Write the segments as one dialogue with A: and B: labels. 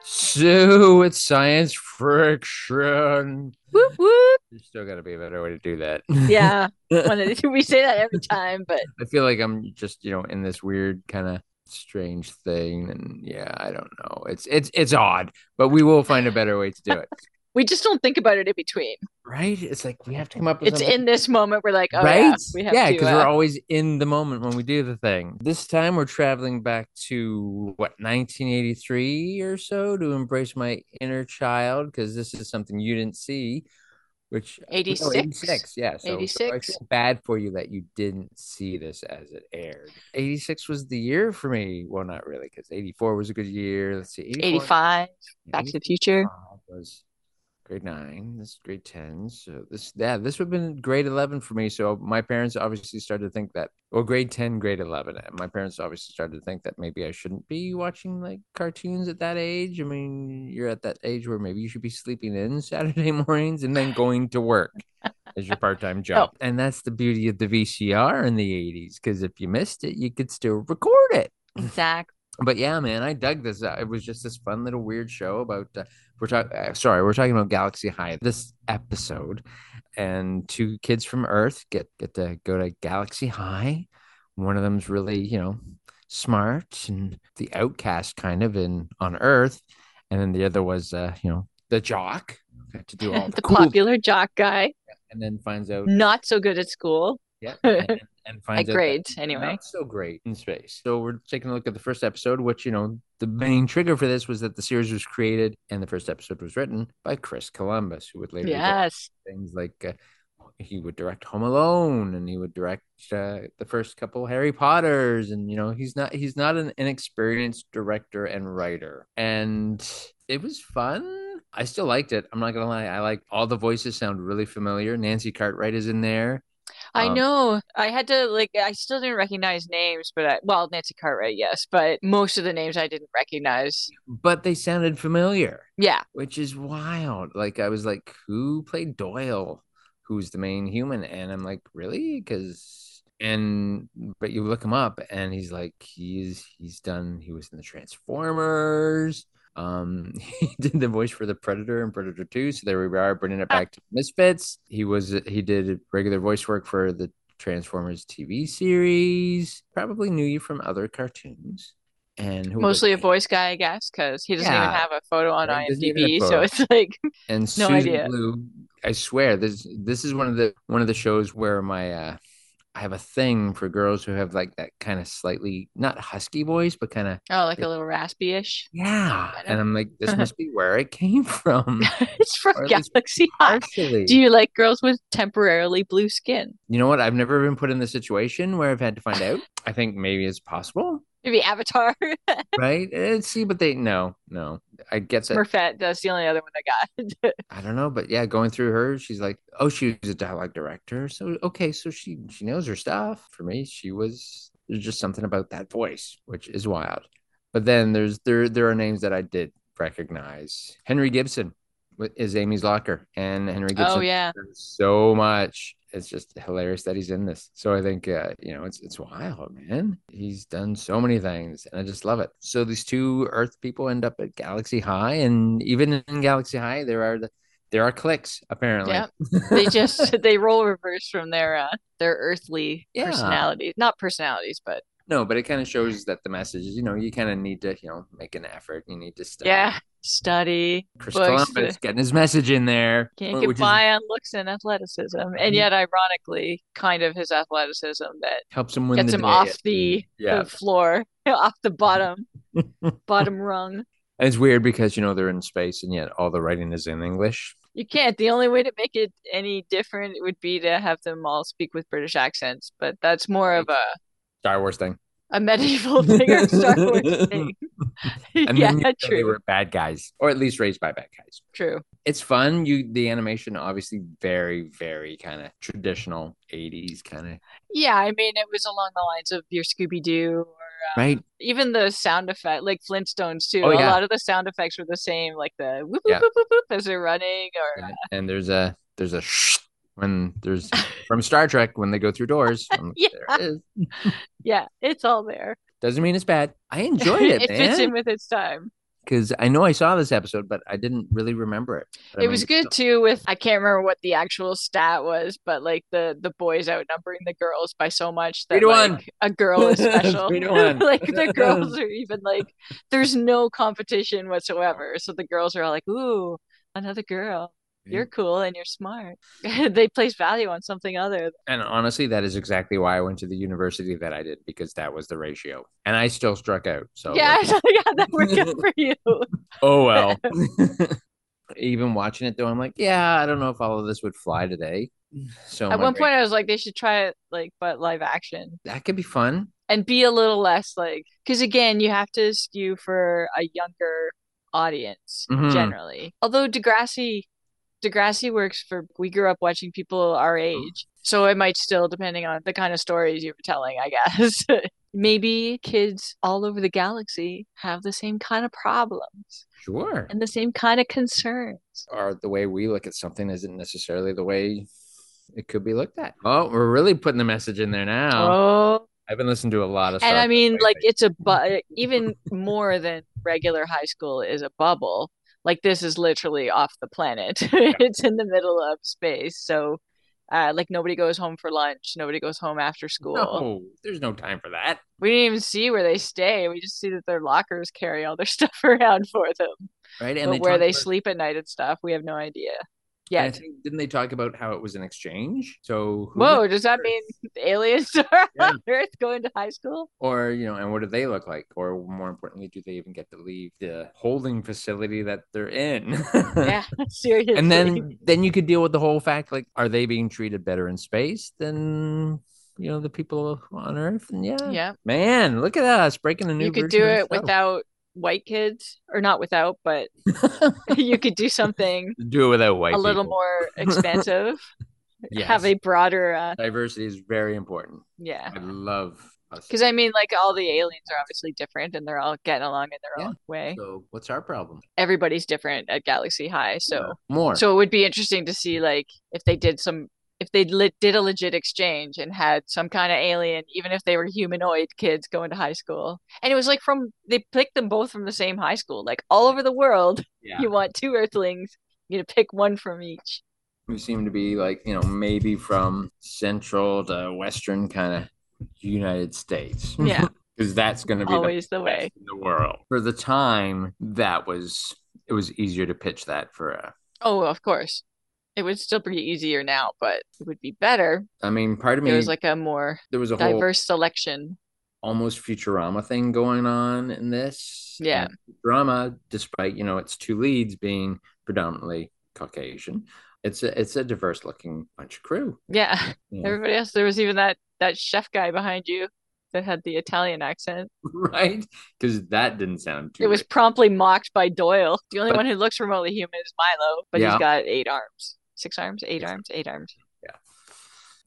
A: pursue with science friction.
B: Whoop, whoop.
A: There's still got to be a better way to do that.
B: Yeah. One of the- we say that every time, but
A: I feel like I'm just, you know, in this weird kind of strange thing and yeah, I don't know. It's it's it's odd, but we will find a better way to do it.
B: we just don't think about it in between.
A: Right? It's like we have to come up with
B: It's
A: something-
B: in this moment we're like, oh
A: right?
B: yeah, we have
A: yeah,
B: to.
A: because
B: uh,
A: we're always in the moment when we do the thing. This time we're traveling back to what 1983 or so to embrace my inner child because this is something you didn't see, which no,
B: 86?
A: 86, yeah, so- so I
B: 86?
A: feel bad for you that you didn't see this as it aired. 86 was the year for me. Well, not really, because 84 was a good year. Let's see, 84,
B: 85, Back to the Future.
A: uh, was grade nine. This is grade ten. So this yeah, this would have been grade eleven for me. So my parents obviously started to think that well, grade ten, grade eleven. And My parents obviously started to think that maybe I shouldn't be watching like cartoons at that age. I mean, you're at that age where maybe you should be sleeping in Saturday mornings and then going to work. As your part time job. And that's the beauty of the VCR in the 80s, because if you missed it, you could still record it
B: Exactly.
A: but yeah, man, I dug this. Uh, It was just this fun little weird show about. Uh, we're talking. Uh, sorry, we're talking about Galaxy High this episode, and two kids from Earth get get to go to Galaxy High. One of them's really, you know, smart and the outcast kind of in on Earth, and then the other was, uh, you know, the jock got to do all the,
B: the
A: cool,
B: popular jock guy,
A: and then finds out,
B: not so good at school,
A: yeah, and, and
B: at
A: finds out that
B: grades anyway.
A: not so great in space. So we're taking a look at the first episode, which you know the main trigger for this was that the series was created and the first episode was written by Chris Columbus, who would later do
B: Yes.
A: things like uh, he would direct Home Alone and he would direct uh, the first couple Harry Potters, and you know he's not he's not an inexperienced director and writer, and it was fun. I still liked it. I'm not gonna lie. I like all the voices sound really familiar. Nancy Cartwright is in there.
B: I
A: Um,
B: know. I had to like. I still didn't recognize names, but I, well, Nancy Cartwright, yes, but most of the names I didn't recognize.
A: but they sounded familiar.
B: Yeah,
A: which is wild. Like I was like, who played Doyle? Who's the main human? And I'm like, really? Because and but you look him up, and he's like, he's he's done. He was in the Transformers. Um, he did the voice for the Predator and Predator Two. So there we are, bringing it
B: Ah.
A: back to Misfits. He was he did regular voice work for the Transformers TV series. Probably knew you from other cartoons. And who was
B: mostly a
A: it?
B: voice guy, I guess, because he doesn't even
A: Yeah.
B: have a photo on
A: Right, doesn't even have a
B: IMDb. So
A: photo.
B: it's like,
A: and
B: No
A: Susan
B: idea.
A: Blue. I swear this this is one of the one of the shows where my uh I have a thing for girls who have like that kind of slightly not husky voice, but kind of
B: oh, like a little raspy-ish.
A: yeah.
B: Kinda.
A: And I'm like, this must be where it came from.
B: It's from
A: Or at least
B: Galaxy High.
A: Partially.
B: Do you like girls with temporarily blue skin?
A: you know what? I've never been put in the situation where I've had to find out. I think maybe it's possible,
B: Maybe Avatar.
A: right? Eh, see, but they no, no. I get that.
B: Smurfette. That's the only other one I got.
A: I don't know, but yeah, going through her, she's like, oh, she was a dialogue director, so okay, so she she knows her stuff. For me, she was there's just something about that voice, which is wild. But then there's there there are names that I did recognize. Henry Gibson wa- is Amy's locker, and Henry Gibson.
B: oh yeah.
A: there's so much. It's just hilarious that he's in this. So I think uh, you know it's it's wild, man. He's done so many things, and I just love it. So these two Earth people end up at Galaxy High, and even in Galaxy High, there are the there are clicks apparently.
B: Yep. They just they role reverse from their uh, their earthly
A: Yeah.
B: personalities. Not personalities, but
A: no, but it kind of shows that the message is you know you kind of need to you know make an effort. You need to study.
B: yeah. Study.
A: Chris
B: Well, it's
A: Columbus getting his message in there.
B: Can't
A: wh-
B: get
A: which is-
B: by on looks and athleticism.
A: Mm-hmm.
B: And yet ironically, kind of his athleticism that
A: helps him win
B: gets
A: the
B: him
A: day.
B: off the,
A: yeah.
B: the floor, off the bottom bottom rung.
A: And it's weird because you know they're in space, and yet all the writing is in English.
B: You can't. The only way to make it any different would be to have them all speak with British accents, but that's more of a
A: Star Wars thing.
B: a medieval thing or Star Wars thing.
A: and
B: yeah,
A: then you know they
B: true,
A: were bad guys, or at least raised by bad guys.
B: true.
A: It's fun. You the animation obviously very, very kind of traditional '80s kind of
B: Yeah, I mean, it was along the lines of your Scooby Doo, or um,
A: right.
B: even the sound effect, like Flintstones too.
A: Oh,
B: A
A: yeah.
B: lot of the sound effects were the same, like the whoop
A: Yeah.
B: whoop whoop whoop whoop as they're running, or
A: And, and there's a there's a shh when there's from Star Trek when they go through doors. I'm like,
B: Yeah.
A: there it is.
B: yeah, it's all there.
A: Doesn't mean it's bad. I enjoyed it,
B: It fits
A: man.
B: in with its time.
A: because I know I saw this episode, but I didn't really remember it. But I
B: it
A: mean,
B: was good too with I can't remember what the actual stat was, but like the the boys outnumbering the girls by so much
A: Three
B: that
A: to one.
B: like, a girl is special.
A: Three to one.
B: like the girls are even like there's no competition whatsoever. So the girls are all like, "Ooh, another girl. You're cool and you're smart." they place value on something other.
A: And honestly, that is exactly why I went to the university that I did because that was the ratio, and I still struck out. So
B: yeah,
A: like,
B: yeah, that worked out for you.
A: oh well. Even watching it though, I'm like, yeah, I don't know if all of this would fly today. So
B: At
A: I'm
B: one
A: like,
B: point, I was like, they should try it like but live action.
A: that could be fun.
B: and be a little less like because again you have to skew for a younger audience
A: Mhm.
B: generally although degrassi degrassi works for we grew up watching people our age so it might still depending on the kind of stories you were telling i guess maybe kids all over the galaxy have the same kind of problems
A: Sure.
B: and the same kind of concerns
A: or the way we look at something isn't necessarily the way it could be looked at. Oh, we're really putting the message in there now.
B: oh
A: I've been listening to a lot of
B: and
A: Star
B: I mean,
A: Trek
B: like
A: lately.
B: it's a bu- even more than regular high school is a bubble. Like this is literally off the planet. it's in the middle of space, so uh, like nobody goes home for lunch. Nobody goes home after school.
A: no, Oh, there's no time for that.
B: We didn't even see where they stay. We just see that their lockers carry all their stuff around for them.
A: Right.
B: but where
A: talk
B: they
A: about-
B: sleep at night and stuff, we have no idea.
A: and I
B: Yet.
A: think- didn't they talk about how it was an exchange? So who
B: Whoa,
A: would-
B: does that mean aliens are
A: Yeah.
B: on Earth going to high school?
A: or you know, and what do they look like? Or more importantly, do they even get to leave the holding facility that they're in?
B: Yeah, seriously.
A: and then then you could deal with the whole fact like are they being treated better in space than you know the people on earth and yeah
B: yeah.
A: man look at us breaking a new
B: you could
A: version
B: do
A: of
B: it
A: the show.
B: without white kids or not without but you could do something
A: do it without white
B: a little
A: people.
B: more expansive
A: yes.
B: have a broader uh
A: diversity is very important
B: yeah
A: i love us
B: because i mean like all the aliens are obviously different and they're all getting along in their
A: Yeah.
B: own way
A: so what's our problem Uh,
B: everybody's different at galaxy high so
A: more
B: so it would be interesting to see like if they did some if they le- did a legit exchange and had some kind of alien even if they were humanoid kids going to high school and it was like from they picked them both from the same high school like all over the world
A: yeah.
B: you want two earthlings you gonna pick one from each
A: we seem to be like you know maybe from central to western kind of united states
B: yeah
A: because that's going to be the
B: always the
A: best
B: way
A: in the world for the time that was it was easier to pitch that for a
B: oh of course it would still be easier now but it would be better
A: i mean part of
B: if
A: me
B: there was like a more
A: there was a whole
B: diverse selection
A: almost Futurama thing going on in this.
B: Yeah.
A: And Futurama, despite you know its two leads being predominantly Caucasian, it's a it's a diverse looking bunch of crew.
B: yeah
A: you know,
B: everybody else there was even that that chef guy behind you that had the italian accent
A: right? Because that didn't sound too.
B: it was
A: racist.
B: promptly mocked by doyle the only
A: But-
B: one who looks remotely human is milo but
A: Yeah.
B: he's got eight arms six arms eight
A: Six
B: arms eight arms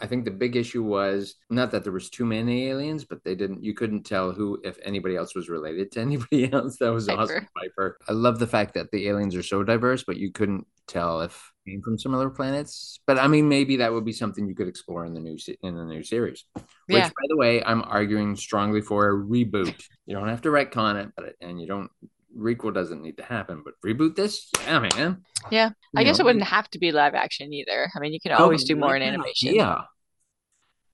A: I think the big issue was not that there was too many aliens, but they didn't. You couldn't tell who, if anybody else, was related to anybody else. That was
B: Piper.
A: awesome, Piper. I love the fact that the aliens are so diverse, but you couldn't tell if they came from similar planets. But I mean, maybe that would be something you could explore in the new se- in the new series. Which,
B: Yeah.
A: by the way, I'm arguing strongly for a reboot. You don't have to retcon it, but and you don't requel doesn't need to happen, but reboot this, yeah, man.
B: Yeah. i
A: You
B: guess
A: know,
B: it wouldn't have to be live action either i mean you can
A: no,
B: always
A: but
B: do
A: I
B: more
A: like
B: in
A: that
B: animation
A: idea. Oh,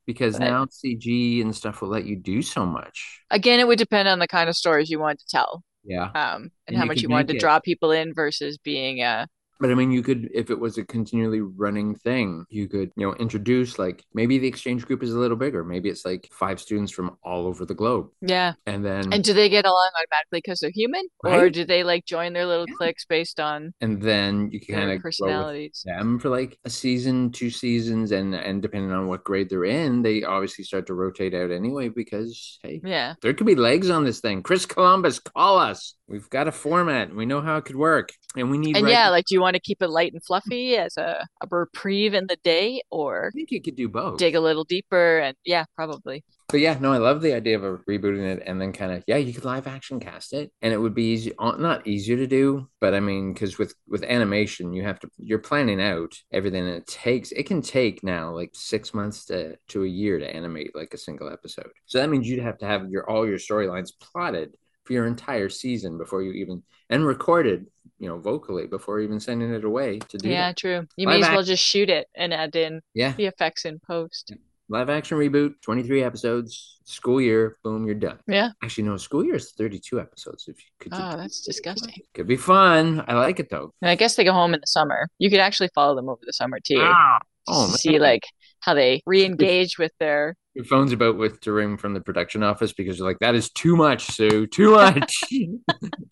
A: Because
B: But-
A: now CG and stuff will let you do so much.
B: again it would depend on the kind of stories you wanted to tell
A: Yeah.
B: um and,
A: And
B: how
A: you
B: much
A: could
B: you wanted to
A: make it-
B: draw people in versus being uh
A: But I mean, you could, if it was a continually running thing, you could, you know, introduce like maybe the exchange group is a little bigger. Maybe it's like five students from all over the globe.
B: yeah
A: And then,
B: and do they get along automatically because they're human or
A: Right?
B: do they like join their little
A: Yeah.
B: cliques based on
A: and then you
B: their
A: kind of grow with
B: personalities
A: them for like a season, two seasons. And, and depending on what grade they're in, they obviously start to rotate out anyway because, hey,
B: yeah
A: there could be legs on this thing. Chris Columbus, call us. We've got a format and we know how it could work. And we need,
B: and
A: right-
B: yeah like do you want to keep it light
A: Mm-hmm.
B: and fluffy as a, a reprieve in the day or
A: I think you could do both.
B: dig a little deeper and yeah probably
A: But yeah, no, I love the idea of a rebooting it and then kind of yeah, you could live action cast it, and it would be easy, uh, not easier to do, but I mean, because with with animation, you have to you're planning out everything, and it takes it can take now like six months to to a year to animate like a single episode. So that means you'd have to have your all your storylines plotted for your entire season before you even and recorded, you know, vocally before even sending it away to do
B: yeah,
A: that.
B: true. You
A: Live
B: may as
A: act-
B: well just shoot it and add in
A: Yeah.
B: the effects in post.
A: Live action reboot, 23 episodes, school year, boom, you're done.
B: Yeah.
A: Actually, no, school year is 32 episodes. If you could, do-
B: Oh, that's disgusting.
A: could be fun. I like it though.
B: And I guess they go home in the summer. You could actually follow them over the summer too.
A: Ah,
B: to
A: oh,
B: see
A: man.
B: like how they re-engage with their
A: Your phone's about with to ring from the production office because you're like, that is too much, Sue. Too much.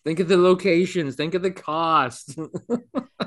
A: think of the locations. Think of the cost.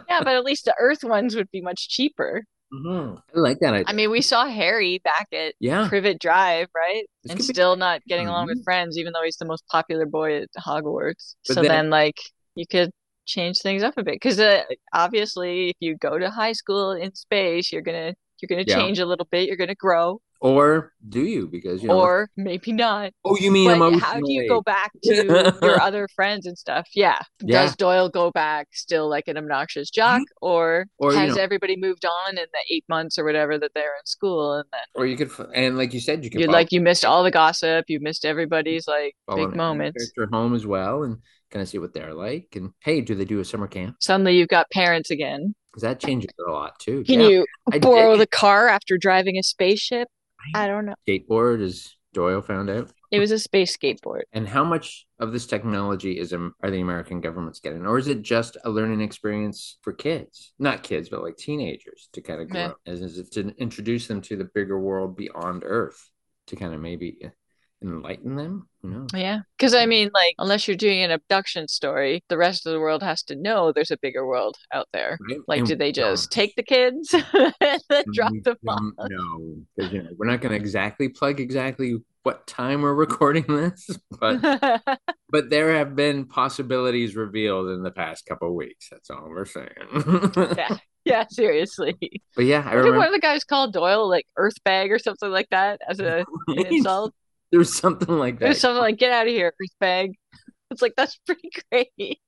B: yeah but at least the earth ones would be much cheaper
A: Mhm. I like that idea.
B: i mean we saw harry back at
A: yeah.
B: privet drive right
A: This
B: and
A: could be-
B: still not getting along
A: Mhm.
B: with friends even though he's the most popular boy at hogwarts
A: But
B: so
A: then-
B: then, like you could change things up a bit because uh, obviously if you go to high school in space you're gonna you're gonna
A: Yeah.
B: change a little bit you're gonna grow
A: or do you? Because you know.
B: or maybe not
A: oh, you mean
B: but
A: emotionally?
B: how do you go back to your other friends and stuff? Yeah.
A: Yeah. Mm-hmm.
B: Does Doyle go back still like an obnoxious jock or,
A: Or, you
B: has
A: know-
B: everybody moved on in the eight months or whatever that they're in school and then
A: Or you could, f- and like you said, you could
B: you
A: follow-
B: like you missed all the gossip, you missed everybody's like
A: follow
B: big
A: them.
B: moments.
A: Character home as well, and kind of see what they're like. And hey, do they do a summer camp?
B: Suddenly you've got parents again.
A: 'Cause that changes it a lot too.
B: Can
A: Yeah.
B: you
A: I
B: borrow the
A: did.
B: car after driving a spaceship?
A: Right.
B: I don't know.
A: skateboard? As Doyle found out.
B: It was a space skateboard.
A: And how much of this technology is um, are the American governments getting, or is it just a learning experience for kids? Not kids, but like teenagers to kind of grow,
B: Yeah.
A: as, as if to introduce them to the bigger world beyond Earth, to kind of maybe uh, enlighten them. Who knows?
B: Yeah. Because I mean, like, unless you're doing an abduction story, the rest of the world has to know there's a bigger world out there.
A: Right?
B: Like,
A: And
B: did they
A: we Mm-hmm. don't.
B: just take the kids and then
A: And
B: drop
A: we
B: them off?
A: don't know, Mm, 'cause, you know, we're not going to exactly plug exactly what time we're recording this, but but there have been possibilities revealed in the past couple of weeks. That's all we're saying.
B: yeah, yeah, seriously.
A: But yeah, I
B: I think one
A: remember.
B: of the guys called Doyle like Earthbag or something like that as a an insult.
A: There was something like
B: It
A: that.
B: was something like "Get out of here, Earthbag." It's like that's pretty great.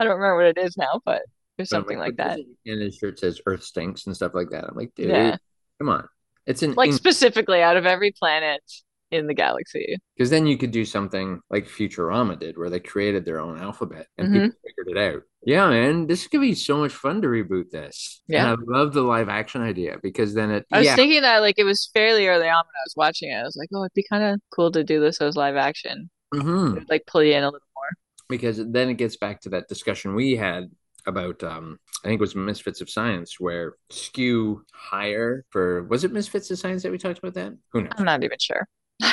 B: I don't remember what it is now, but there's
A: But I'm
B: something
A: "What
B: like that.
A: is it?" And his shirt says "Earth stinks" and stuff like that. I'm like, dude,
B: Yeah.
A: come on. It's an
B: Like specifically out of every planet in the galaxy.
A: because then you could do something like Futurama did, where they created their own alphabet and
B: Mhm.
A: people figured it out. Yeah, man, this could be so much fun to reboot this.
B: Yeah.
A: and I love the live action idea because then it.
B: I was
A: yeah,
B: thinking that like it was fairly early on when I was watching it. I was like, oh, it'd be kind of cool to do this as live action,
A: mhm,
B: like pull you in a little more.
A: because then it gets back to that discussion we had about um I think it was Misfits of Science where skew higher for was it Misfits of Science that we talked about that? Who knows?
B: I'm not even sure.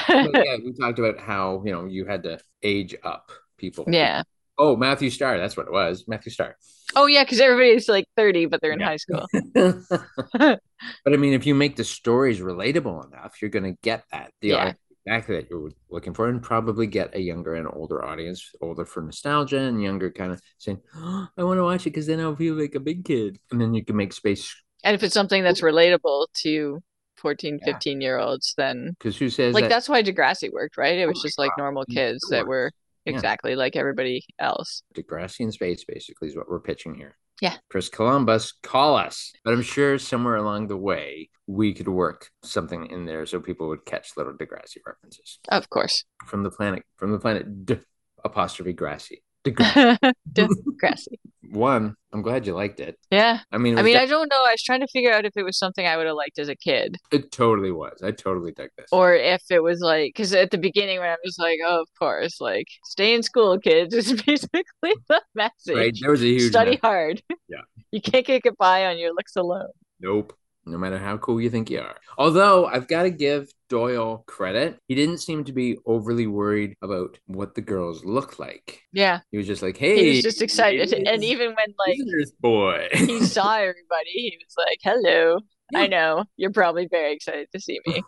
A: But yeah, we talked about how you know you had to age up people.
B: yeah.
A: Oh, Matthew Starr, that's what it was. Matthew Starr.
B: Oh yeah, because everybody's like 30, but they're in
A: Yeah.
B: high school.
A: but I mean, if you make the stories relatable enough, you're going to get that the
B: Yeah.
A: audience exactly that you're looking for, and probably get a younger and older audience, older for nostalgia, and younger kind of saying, oh, "I want to watch it because then I'll feel like a big kid," and then you can make space.
B: And if it's something that's relatable to 14,
A: Yeah.
B: 15 year olds, then
A: Because who says
B: like
A: that?
B: that's why Degrassi worked, right? It was
A: Oh my
B: just like normal
A: it
B: kids
A: sure
B: that were
A: Yeah.
B: exactly like everybody else.
A: Degrassi in space basically is what we're pitching here.
B: Yeah.
A: Chris Columbus, call us. But I'm sure somewhere along the way we could work something in there so people would catch little Degrassi references
B: Of course.
A: from the planet from the planet D apostrophe Grassy. Degrassi.
B: Degrassi.
A: One, I'm glad you liked it.
B: Yeah.
A: I mean, it,
B: I
A: was
B: mean, I
A: def-
B: don't know. I was trying to figure out if it was something I would have liked as a kid.
A: it totally was. I totally dug this.
B: or if it was like because at the beginning when i was like oh of course like stay in school kids is basically the message
A: right? There was a huge
B: study
A: no-
B: hard
A: Yeah.
B: you can't get goodbye on your looks alone
A: nope. No matter how cool you think you are. Although I've got to give Doyle credit. He didn't seem to be overly worried about what the girls look like.
B: yeah
A: He was just like,
B: he
A: hey.
B: was just excited and
A: ladies.
B: even when like
A: Visitors boy.
B: he saw everybody he was like hello
A: Yeah.
B: i know you're probably very excited to see me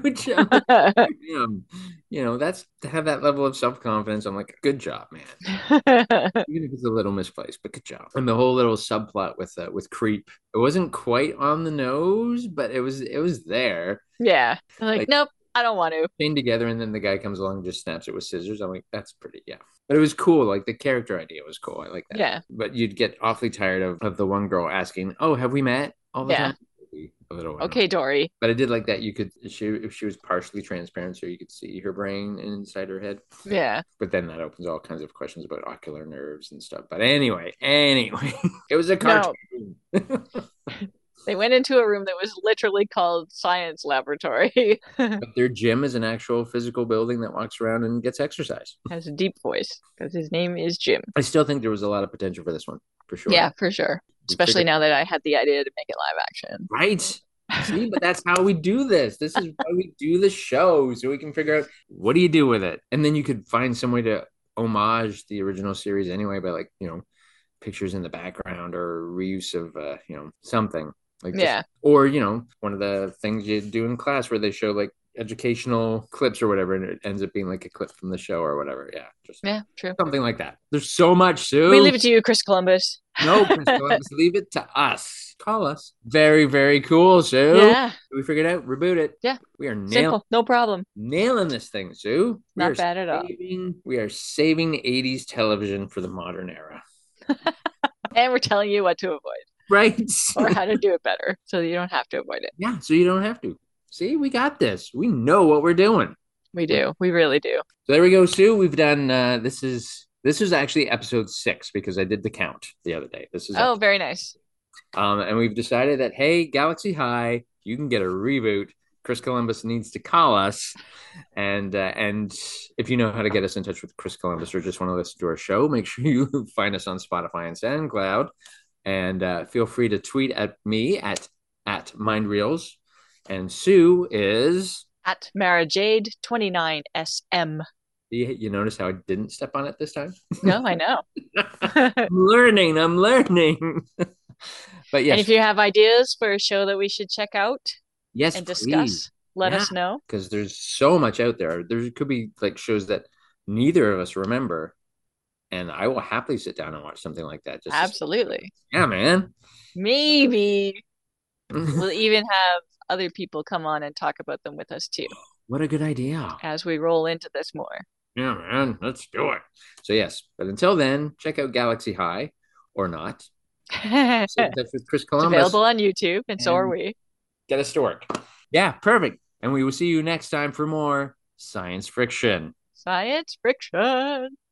A: Which, um, damn, you know, that's to have that level of self confidence. I'm like, good job, man. Even if it's a little misplaced, but good job. And the whole little subplot with uh, with creep, it wasn't quite on the nose, but it was it was there.
B: yeah I'm like,
A: Like-
B: nope i don't want to
A: Chained together, and then the guy comes along, and just snaps it with scissors. I'm like, that's pretty, yeah. But it was cool. Like the character idea was cool. I like that.
B: yeah
A: But you'd get awfully tired of of the one girl asking, "Oh, have we met?" All the
B: Yeah.
A: time. a little one.
B: Okay, Dory.
A: But I did like that you could she if she was partially transparent so you could see her brain and inside her head.
B: Yeah.
A: But then that opens all kinds of questions about ocular nerves and stuff. But anyway, anyway, it was a
B: No.
A: cartoon.
B: They went into a room that was literally called Science Laboratory.
A: But their gym is an actual physical building that walks around and gets exercise.
B: Has a deep voice because his name is Jim.
A: I still think there was a lot of potential for this one, for sure.
B: Yeah, for sure.
A: We
B: Especially
A: figured-
B: now that I had the idea to make it live action.
A: Right. See, but that's how we do this. This is why we do the show, so we can figure out what do you do with it, and then you could find some way to homage the original series anyway by like you know pictures in the background or reuse of uh, you know something like just-
B: Yeah.
A: or you know one of the things you do in class where they show like educational clips or whatever, and it ends up being like a clip from the show or whatever. Yeah, just
B: Yeah, true.
A: something like that. There's so much, Sue.
B: We leave it to you, Chris Columbus.
A: no, Chris Columbus, leave it to us. Call us. Very, very cool, Sue.
B: Yeah,
A: We figured out, reboot it.
B: Yeah.
A: We are nail-
B: simple. No problem.
A: nailing this thing, Sue. We
B: Not
A: are
B: bad at all.
A: Saving, we are saving 80s television for the modern era.
B: And we're telling you what to avoid
A: Right?
B: or how to do it better so that you don't have to avoid it.
A: yeah, so you don't have to. See, we got this. We know what we're doing.
B: We do. We really do.
A: So there we go, Sue. We've done uh this is this is actually episode six because I did the count the other day. This is
B: Oh, very nice.
A: Um, and we've decided that, hey, Galaxy High, you can get a reboot. Chris Columbus needs to call us. And uh, and if you know how to get us in touch with Chris Columbus or just want to listen to our show, make sure you find us on Spotify and SoundCloud. And uh, feel free to tweet at me at at MindReels. And Sue is
B: At Mara Jade 29SM.
A: you, you notice how I didn't step on it this time?
B: No, I know.
A: I'm learning, I'm learning. but
B: And
A: yes,
B: if you have ideas for a show that we should check out
A: yes,
B: and discuss,
A: please.
B: let
A: Yeah.
B: us know.
A: because there's so much out there. There could be like shows that neither of us remember, and I will happily sit down and watch something like that. Just to-
B: Absolutely.
A: yeah, man.
B: Maybe we'll even have other people come on and talk about them with us too
A: what a good idea.
B: as we roll into this more.
A: Yeah, man. Let's do it. So yes, but until then, check out Galaxy High or not.
B: it's
A: Sit in touch with Chris Columbus.
B: available on YouTube, and so are
A: And-
B: we.
A: Get us to work. Yeah, perfect. And we will see you next time for more science friction.
B: Science friction.